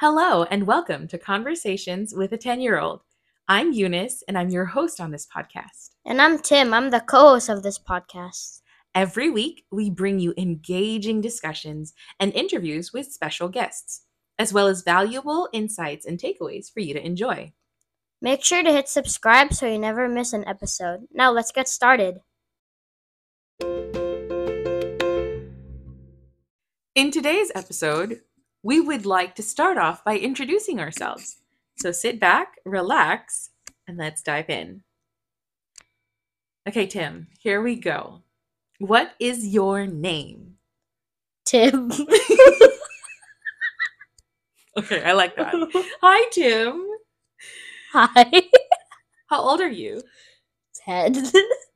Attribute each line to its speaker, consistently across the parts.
Speaker 1: Hello, and welcome to Conversations with a 10 year old. I'm Eunice, and I'm your host on this podcast.
Speaker 2: And I'm Tim. I'm the co host of this podcast.
Speaker 1: Every week, we bring you engaging discussions and interviews with special guests, as well as valuable insights and takeaways for you to enjoy.
Speaker 2: Make sure to hit subscribe so you never miss an episode. Now let's get started.
Speaker 1: In today's episode, we would like to start off by introducing ourselves. So sit back, relax, and let's dive in. Okay, Tim, here we go. What is your name?
Speaker 2: Tim.
Speaker 1: Okay, I like that. Hi, Tim.
Speaker 2: Hi.
Speaker 1: How old are you?
Speaker 2: Ted.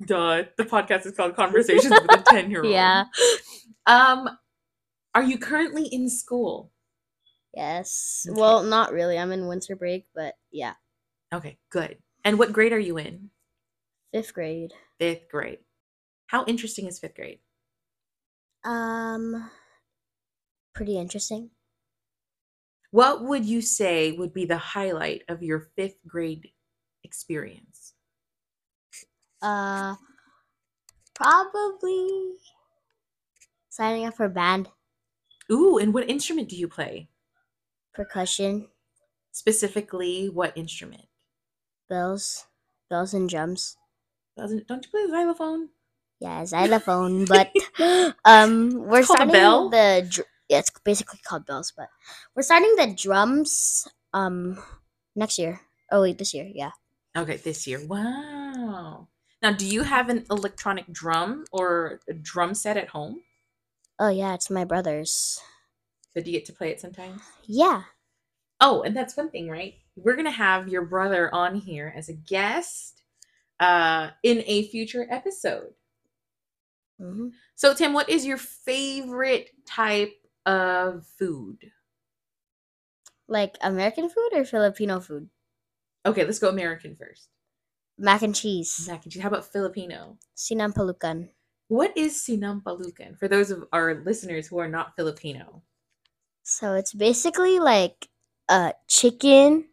Speaker 1: Duh. The podcast is called Conversations with a 10 year old.
Speaker 2: Yeah.
Speaker 1: Um, are you currently in school?
Speaker 2: Yes.
Speaker 1: Okay.
Speaker 2: Well, not really. I'm in winter break, but yeah.
Speaker 1: Okay, good. And what grade are you in?
Speaker 2: Fifth grade.
Speaker 1: Fifth grade. How interesting is fifth grade?
Speaker 2: Um, pretty interesting.
Speaker 1: What would you say would be the highlight of your fifth grade experience?
Speaker 2: Uh, probably signing up for band
Speaker 1: Ooh, and what instrument do you play?
Speaker 2: percussion,
Speaker 1: Specifically, what instrument?
Speaker 2: bells, bells and drums.
Speaker 1: Doesn't don't you play the xylophone?
Speaker 2: Yeah, xylophone, but um, we're
Speaker 1: It's called a
Speaker 2: starting
Speaker 1: bell?
Speaker 2: the dr- yeah, it's basically called bells, but we're starting the drums um next year. Oh wait, this year, yeah.
Speaker 1: Okay, this year. Wow. Now, do you have an electronic drum or a drum set at home?
Speaker 2: Oh yeah, it's my brother's.
Speaker 1: So do you get to play it sometimes?
Speaker 2: Yeah,
Speaker 1: Oh, and that's one thing, right? We're gonna have your brother on here as a guest uh, in a future episode.
Speaker 2: hmm
Speaker 1: So, Tim, what is your favorite type of food?
Speaker 2: like American food or Filipino food.
Speaker 1: Okay, let's go American first.
Speaker 2: Mac and cheese,
Speaker 1: Mac and cheese. How about Filipino?
Speaker 2: sinampalukan.
Speaker 1: What is sinampalukan? For those of our listeners who are not Filipino.
Speaker 2: So it's basically like uh chicken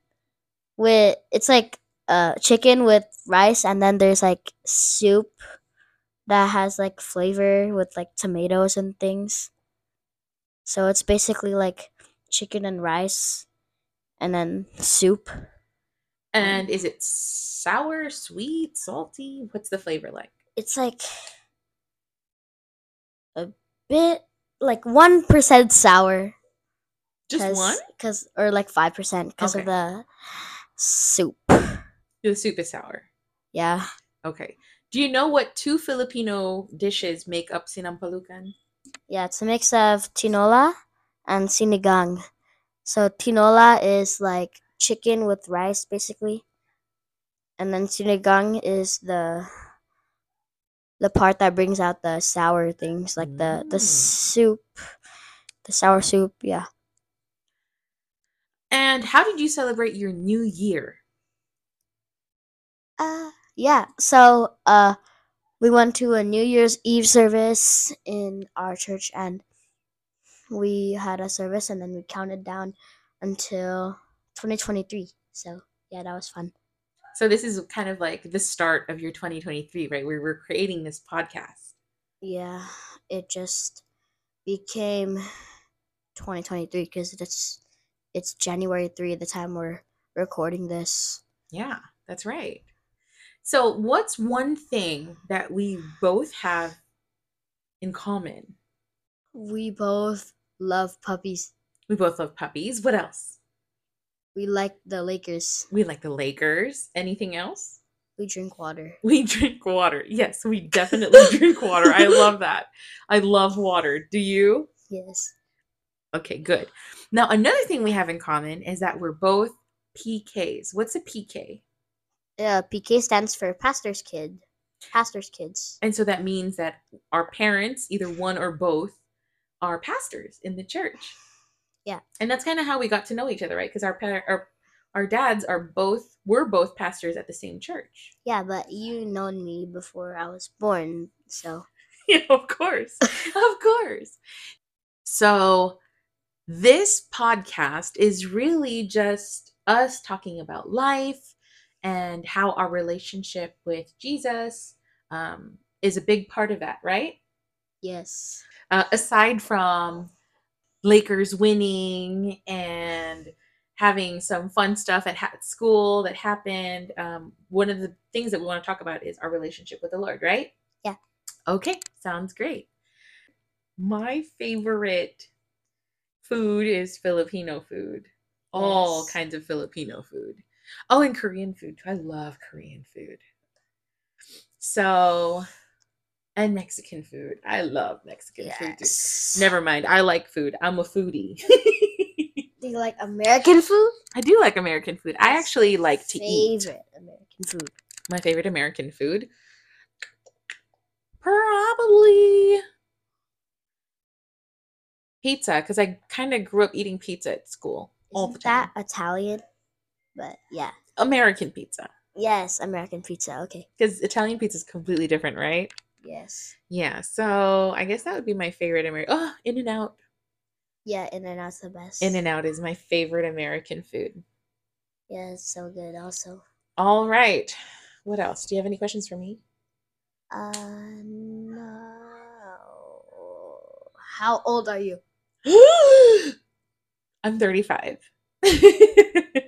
Speaker 2: with it's like uh chicken with rice and then there's like soup that has like flavor with like tomatoes and things. So it's basically like chicken and rice and then soup.
Speaker 1: And is it sour, sweet, salty? What's the flavor like?
Speaker 2: It's like a bit like 1% sour.
Speaker 1: Just one?
Speaker 2: Cause, or like 5% because
Speaker 1: Okay.
Speaker 2: of the soup.
Speaker 1: The soup is sour.
Speaker 2: Yeah.
Speaker 1: Okay. Do you know what two Filipino dishes make up sinampalukan?
Speaker 2: Yeah, it's a mix of tinola and sinigang. So tinola is like chicken with rice, basically, and then sinigang is the the part that brings out the sour things, like the the
Speaker 1: Mm.
Speaker 2: soup, the sour soup. Yeah.
Speaker 1: And how did you celebrate your new year?
Speaker 2: Uh, yeah. So uh, we went to a New Year's Eve service in our church, and we had a service, and then we counted down until 2023. So yeah, that was fun.
Speaker 1: So this is kind of like the start of your 2023, right? We were creating this podcast.
Speaker 2: Yeah, it just became 2023 because it's it's January three at the time we're recording this.
Speaker 1: Yeah, that's right. So what's one thing that we both have in common?
Speaker 2: We both love puppies.
Speaker 1: We both love puppies. What else?
Speaker 2: We like the Lakers.
Speaker 1: We like the Lakers. Anything else?
Speaker 2: We drink water.
Speaker 1: We drink water. Yes, we definitely drink water. I love that. I love water. Do you?
Speaker 2: Yes.
Speaker 1: Okay, good. Now, another thing we have in common is that we're both PKs. What's a PK?
Speaker 2: Yeah, PK stands for pastor's kid. Pastor's kids.
Speaker 1: And so that means that our parents, either one or both, are pastors in the church.
Speaker 2: Yeah.
Speaker 1: And that's kind of how we got to know each other, right? Because our, par- our our dads are both were both pastors at the same church.
Speaker 2: Yeah, but you known me before I was born, so
Speaker 1: yeah, of course. of course. So This podcast is really just us talking about life and how our relationship with Jesus um, is a big part of that, right?
Speaker 2: Yes.
Speaker 1: Uh, aside from Lakers winning and having some fun stuff at, ha- at school that happened, um, one of the things that we want to talk about is our relationship with the Lord, right?
Speaker 2: Yeah.
Speaker 1: Okay, sounds great. My favorite food is Filipino food, all
Speaker 2: Yes.
Speaker 1: kinds of Filipino food. Oh, and Korean food too. I love Korean food. So, and Mexican food. I love Mexican food too.
Speaker 2: yes.
Speaker 1: Never mind. I like food. I'm a foodie.
Speaker 2: Do you like American food?
Speaker 1: I do like American food. I
Speaker 2: That's
Speaker 1: actually like to eat
Speaker 2: Favorite American food.
Speaker 1: my favorite American food. Probably pizza, because I kind of grew up eating pizza at school all the
Speaker 2: Isn't
Speaker 1: time.
Speaker 2: that Italian? But yeah.
Speaker 1: American pizza,
Speaker 2: Yes, American pizza. Okay.
Speaker 1: because Italian pizza is completely different, right?
Speaker 2: Yes.
Speaker 1: Yeah. So I guess that would be my favorite American. Oh, In and Out.
Speaker 2: Yeah, In and Out's the best.
Speaker 1: In and Out is my favorite American food.
Speaker 2: Yeah, it's so good also.
Speaker 1: All right. What else? Do you have any questions for me?
Speaker 2: Uh no. How old are you?
Speaker 1: I'm 35.
Speaker 2: Okay.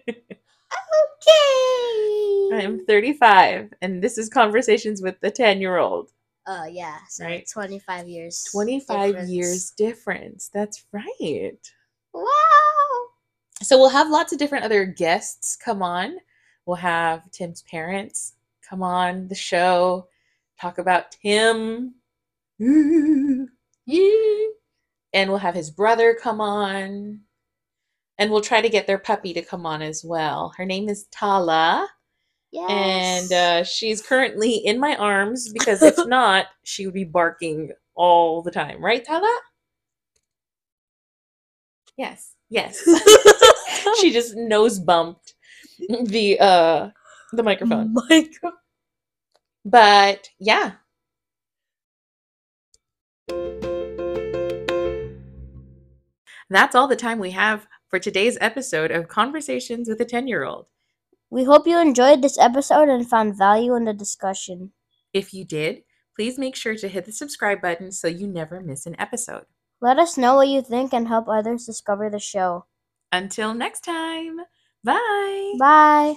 Speaker 1: I'm 35, and this is conversations with the 10 year old.
Speaker 2: Uh yeah, so
Speaker 1: Right.
Speaker 2: twenty five years.
Speaker 1: 25
Speaker 2: difference.
Speaker 1: years difference. That's right.
Speaker 2: Wow.
Speaker 1: So we'll have lots of different other guests come on. We'll have Tim's parents come on the show, talk about Tim. Yeah. And we'll have his brother come on. And we'll try to get their puppy to come on as well. Her name is Tala,
Speaker 2: Yes.
Speaker 1: and uh, she's currently in my arms because if not, she would be barking all the time. Right, Tala? Yes. Yes. she just nose bumped the uh the microphone.
Speaker 2: Microphone.
Speaker 1: But yeah. That's all the time we have for today's episode of Conversations with a 10 year old.
Speaker 2: We hope you enjoyed this episode and found value in the discussion.
Speaker 1: If you did, please make sure to hit the subscribe button so you never miss an episode.
Speaker 2: Let us know what you think and help others discover the show.
Speaker 1: Until next time, bye.
Speaker 2: Bye.